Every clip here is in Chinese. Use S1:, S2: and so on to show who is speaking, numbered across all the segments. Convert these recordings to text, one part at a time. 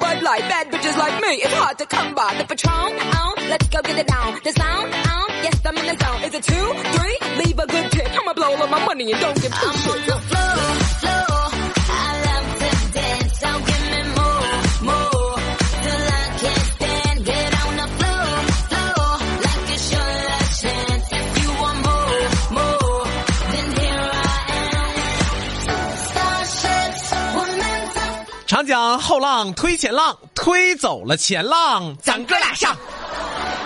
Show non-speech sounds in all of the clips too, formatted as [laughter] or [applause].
S1: by. Bad bitches like me, it's hard to come by. The patron, on, let's go get it down. The sound, on, yes, I'm in the zone. Is it two, three? Leave a good tip. I'ma blow all of my money and don't give two
S2: I'm on
S1: shits.
S2: the floor, floor. I love to dance, so give me more, more. Till I can't stand, get on the floor, floor. Like it's your last chance. If you want more, more, then here I am. Starships, women of
S3: 长江后浪推前浪，推走了前浪，咱哥俩上。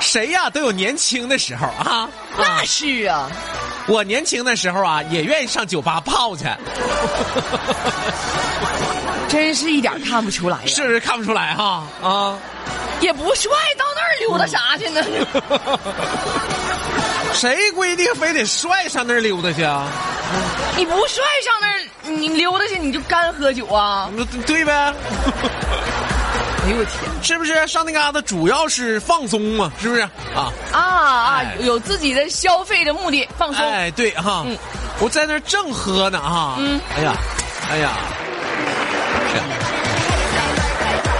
S3: 谁呀、都有年轻的时候啊！
S4: 那是啊，
S3: 我年轻的时候啊，也愿意上酒吧泡去，
S4: 真是一点看不出来呀、
S3: 是不是看不出来哈、啊？
S4: 也不帅，到那儿溜达啥 [laughs] 去呢？
S3: 谁规定非得帅上那儿溜达去啊？
S4: 你不帅上那儿，你溜达去你就干喝酒啊？
S3: 那对呗，
S4: 哎呦我天
S3: 是不是上那嘎达主要是放松嘛？是不是啊？
S4: 啊啊
S3: 哎！
S4: 有有自己的消费的目的，放松。
S3: 哎，对哈，
S4: 嗯
S3: 我在那儿正喝呢哈。
S4: 嗯
S3: 哎呀，哎呀，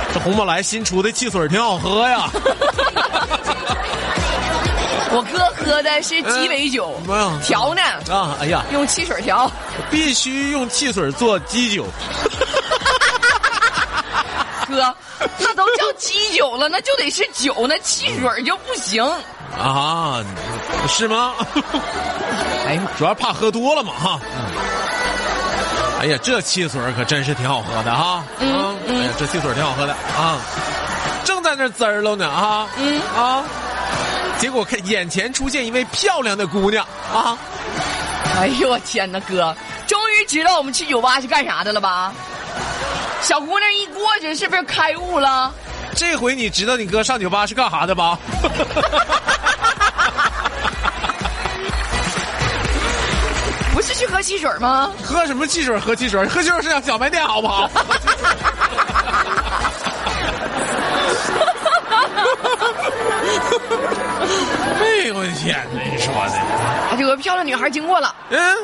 S3: 是这红宝来新出的汽水挺好喝
S4: [laughs]
S3: 呀。
S4: 我哥喝的是鸡尾酒
S3: 嗯，
S4: 调呢，
S3: 啊，哎呀，
S4: 用汽水 [laughs] 调。
S3: 必须用汽水做基酒。
S4: 哥，那都叫鸡酒了，那就得是酒，那汽水就不行。
S3: 啊，是吗？ [laughs]
S4: 哎呀妈，
S3: 主要怕喝多了嘛哈。哎呀，这汽水可真是挺好喝的哈。嗯，哎呀，这汽水挺好喝的啊。正在那儿滋儿喽呢啊。嗯啊。结果看眼前出现一位漂亮的姑娘啊，
S4: 哎呦我天哪，哥，终于知道我们去酒吧是干啥的了吧？小姑娘一过去，是不是开悟了？
S3: 这回你知道你哥上酒吧是干啥的吧？
S4: 不是去喝汽水吗？
S3: 喝什么汽水？喝汽水？喝汽水是小卖店好不好？哎呦我的天哪！你说的，
S4: 啊，有个漂亮女孩经过了，
S3: 嗯，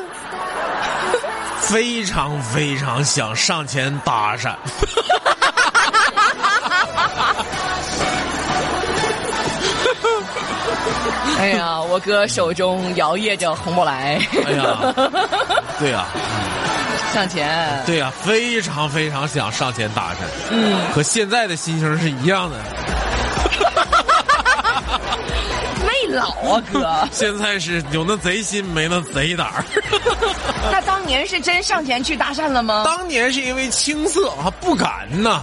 S3: 非常非常想上前搭讪，
S4: 哎呀，我哥手中摇曳着红宝来，
S3: 哎
S4: [laughs]
S3: 呀，对呀、
S4: 向前，
S3: 对呀、非常非常想上前搭讪，
S4: 嗯，
S3: 和现在的心情是一样的。，
S4: 没老啊哥 [laughs]
S3: 现在是有那贼心没那贼胆儿。
S4: 那当年是真上前去搭讪了吗？
S3: 当年是因为青涩啊，不敢呐，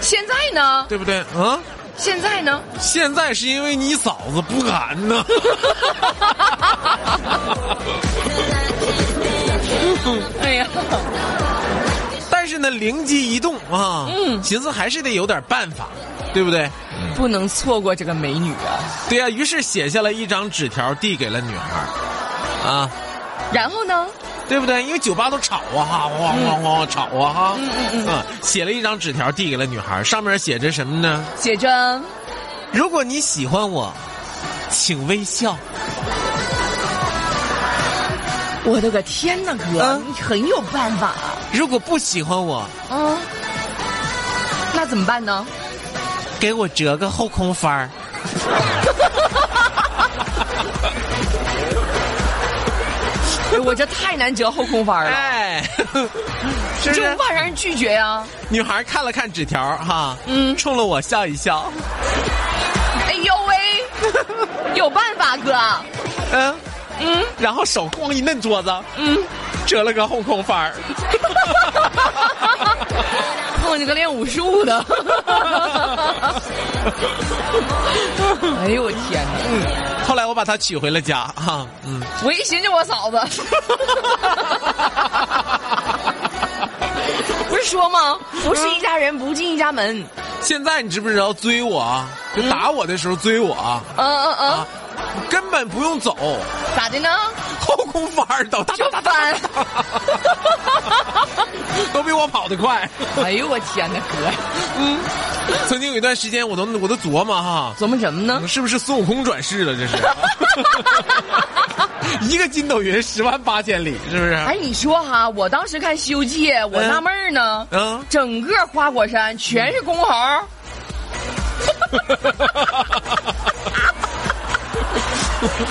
S4: 现在呢？
S3: 对不对啊？
S4: 现在呢？
S3: 现在是因为你嫂子不敢 [laughs] 呐。
S4: 哎呀，
S3: 但是呢，灵机一动啊，
S4: 嗯
S3: 寻思还是得有点办法，对不对？
S4: 不能错过这个美女啊！
S3: 对呀、于是写下了一张纸条，递给了女孩儿，啊，
S4: 然后呢？
S3: 对不对？因为酒吧都吵啊，哈，哗哗哗哗吵啊，哈，嗯嗯嗯，写了一张纸条递给了女孩儿，上面写着什么呢？
S4: 写着
S3: 如果你喜欢我，请微笑。
S4: 我的个天呐，哥，
S3: 嗯
S4: 你很有办法啊！
S3: 如果不喜欢我，
S4: 嗯，那怎么办呢？
S3: 给我折个后空翻儿。
S4: 哎我这太难折后空翻 [laughs] 了，
S3: 哎，是不
S4: 这
S3: 是
S4: 无？法让人拒绝啊呀、
S3: 女孩看了看纸条儿，哈，
S4: 嗯
S3: 冲了我笑一笑，
S4: 哎呦喂， [laughs] 有办法，哥，
S3: 嗯，
S4: 嗯
S3: 然后手咣一摁桌子，
S4: 嗯，
S3: 折了个后空翻儿。
S4: 碰见个练武术 [laughs] 的，哎呦我天哪！
S3: 后来我把她娶回了家，哈、嗯，
S4: 我一寻思我嫂子， [laughs] 不是说吗？不是一家人不进一家门。
S3: 现在你知不知道追我啊？就打我的时候追我啊，
S4: 嗯嗯嗯，
S3: 根本不用走，
S4: 咋的呢？
S3: 后空翻儿都
S4: 就 [laughs] 翻。
S3: 都比我跑得快。
S4: 哎呦我天哪，哥，
S3: 曾经有一段时间，我都我都琢磨哈，
S4: 琢磨什么呢？
S3: 是不是孙悟空转世了？这
S4: [laughs]
S3: 是，一个筋斗云十万八千里，是不是？
S4: 哎，你说哈，我当嗯时看《西游记》，我纳闷儿呢，
S3: 嗯
S4: 整个花果山全是公猴儿， [laughs]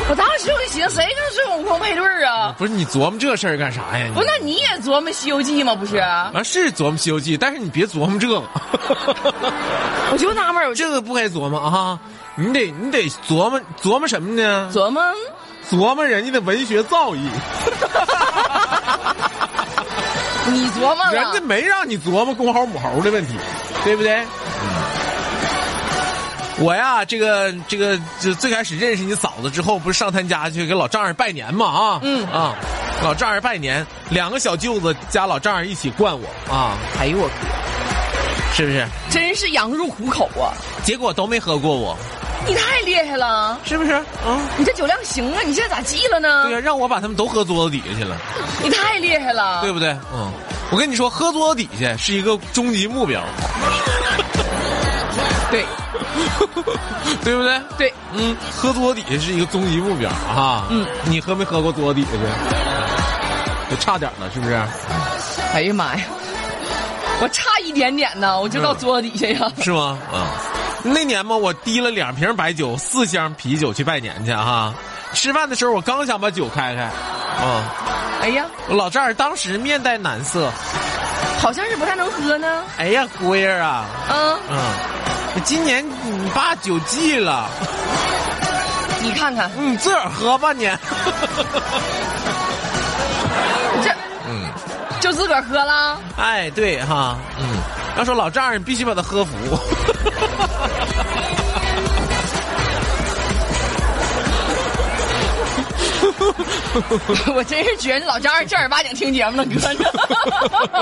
S4: 我当时我就寻思，谁跟孙悟空配对儿啊？
S3: 不是你琢磨这事儿干啥呀？你
S4: 不，那你也琢磨《西游记》吗？不是？
S3: 啊是琢磨《西游记》，但是你别琢磨这
S4: [laughs]
S3: 个，
S4: 我就纳闷儿，我就
S3: 这个不该琢磨啊！你得你得琢磨琢磨什么呢？
S4: 琢磨，
S3: 琢磨人家的文学造诣，
S4: 你琢磨
S3: 人家
S4: 了，
S3: 没让你琢磨公猴母猴的问题，对不对？嗯我呀，这个这个，就最开始认识你嫂子之后，不是上她家去给老丈人拜年嘛啊？
S4: 嗯
S3: 啊，老丈人拜年，两个小舅子加老丈人一起灌我啊，
S4: 哎呦我哥，
S3: 是不是？
S4: 真是羊入虎口啊！
S3: 结果都没喝过我，
S4: 你太厉害了，
S3: 是不是？啊，
S4: 你这酒量行啊！你现在咋记了呢？
S3: 对呀、让我把他们都喝桌子底下去了，
S4: 你太厉害了，
S3: 对不对？嗯，我跟你说，喝桌子底下是一个终极目 [laughs] 标，
S4: 对
S3: 对不对？
S4: 对，
S3: 嗯，喝桌子底下是一个终极目标啊。
S4: 嗯，
S3: 你喝没喝过桌子底下去？就差点了，是不是？
S4: 哎呀妈呀，我差一点点呢，我就到桌子底下呀。
S3: 是吗？啊、那年嘛，我提了两瓶白酒、四箱啤酒去拜年去啊。吃饭的时候，我刚想把酒开开，啊、
S4: 哎呀，
S3: 我老丈人当时面带难色。
S4: 好像是不太能喝呢。
S3: 哎呀，姑爷儿啊，
S4: 嗯，
S3: 嗯，今年你爸九季了，
S4: 你看看
S3: 你自个儿喝吧你。
S4: 这
S3: 嗯，
S4: 就自个儿喝了， [laughs]
S3: 哎，对哈，嗯，要说老丈人必须把他喝服。
S4: 我真是觉得老丈人正儿八经听节目呢，哥呢。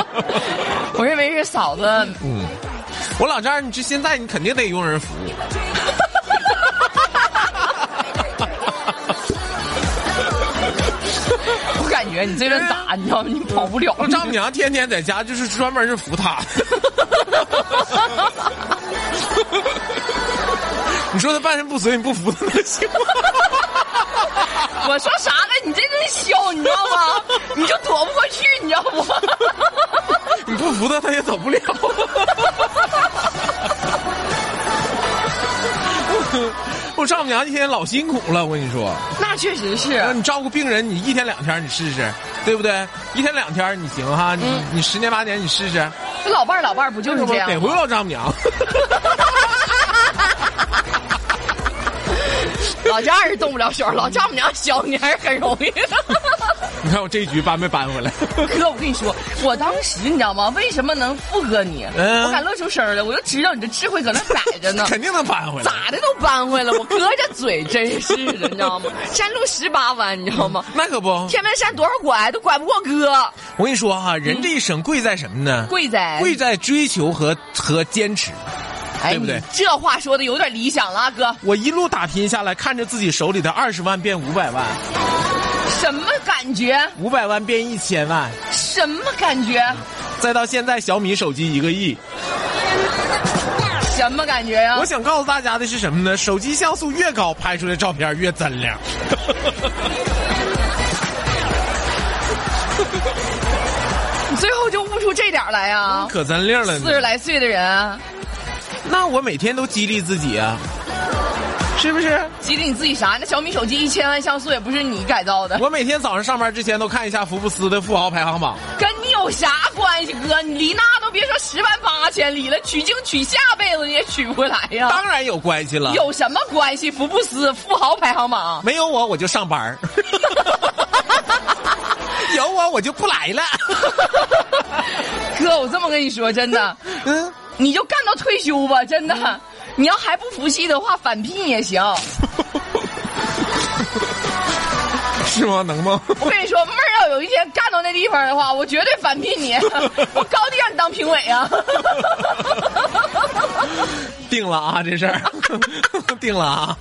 S4: [laughs] 我认为是嫂子，
S3: 嗯，我老丈人，你这现在你肯定得用人服务。
S4: 我感觉你这顿打，你知道吗？你跑不了
S3: 我。丈母娘天天在家就是专门是服他。 [laughs] 你说他半身不遂，你不服他能行吗？
S4: 我说啥呢？你这顿削，你知道吗？你就躲不过去，你知道不？
S3: 你不服他，他也走不了。 [laughs] 我丈母娘一天老辛苦了，我跟你说，
S4: [laughs] 那确实是
S3: 让你照顾病人，你一天两天你试试，对不对？一天两天你行哈，你、你十年八年你试试，
S4: 这老伴儿老伴儿不就是嗯这样啊
S3: 得
S4: 吗？
S3: 回我丈母娘。 [laughs]
S4: 老丈人动不了手，老丈母娘削你还是很容易。 [laughs]
S3: 你看我这一局搬没搬回来？
S4: 哥，我跟你说，我当时你知道吗？为什么能附和你？
S3: 嗯。
S4: 我敢乐出声儿来，我就知道你这智慧搁那摆着呢
S3: 肯定能搬回来。
S4: 咋的都搬回来，我哥这嘴真是的，你知道吗？
S3: [laughs]
S4: 山路十八弯，你知道吗？
S3: 那可不，
S4: 天门山多少拐都拐不过哥，
S3: 我跟你说哈、人这一生贵在什么呢？
S4: 贵在
S3: 贵在追求和和坚持。
S4: 哎，
S3: 对不对
S4: 你这话说的有点理想了啊，哥，
S3: 我一路打拼下来，看着自己手里的二十万变五百万，
S4: 什么感觉？
S3: 五百万变一千万，
S4: 什么感觉？
S3: 再到现在小米手机一个亿。
S4: 什么感觉呀、
S3: 我想告诉大家的是什么呢？手机像素越高，拍出来照片越真亮。
S4: 你最后就悟出这点儿来啊？
S3: 可真亮了呢。
S4: 四十来岁的人，
S3: 那我每天都激励自己啊，是不是？
S4: 激励你自己啥？那小米手机一千万像素也不是你改造的，
S3: 我每天早上上班之前都看一下福布斯的富豪排行榜。
S4: 跟你有啥关系，哥？你离那都别说十万八千里了，取经取下辈子你也取不回来呀、
S3: 当然有关系了，
S4: 啊有什么关系？福布斯富豪排行榜，
S3: 没有我我就上班儿有我我就不来了。
S4: 哥，我这么跟你说，真的，
S3: 嗯，
S4: 你就干到退休吧，真的。你要还不服气的话，返聘也行。
S3: 是吗？能吗？
S4: 我跟你说，妹儿要有一天干到那地方的话，我绝对返聘你，我高低让你当评委啊。
S3: 定了啊，这事儿定了啊。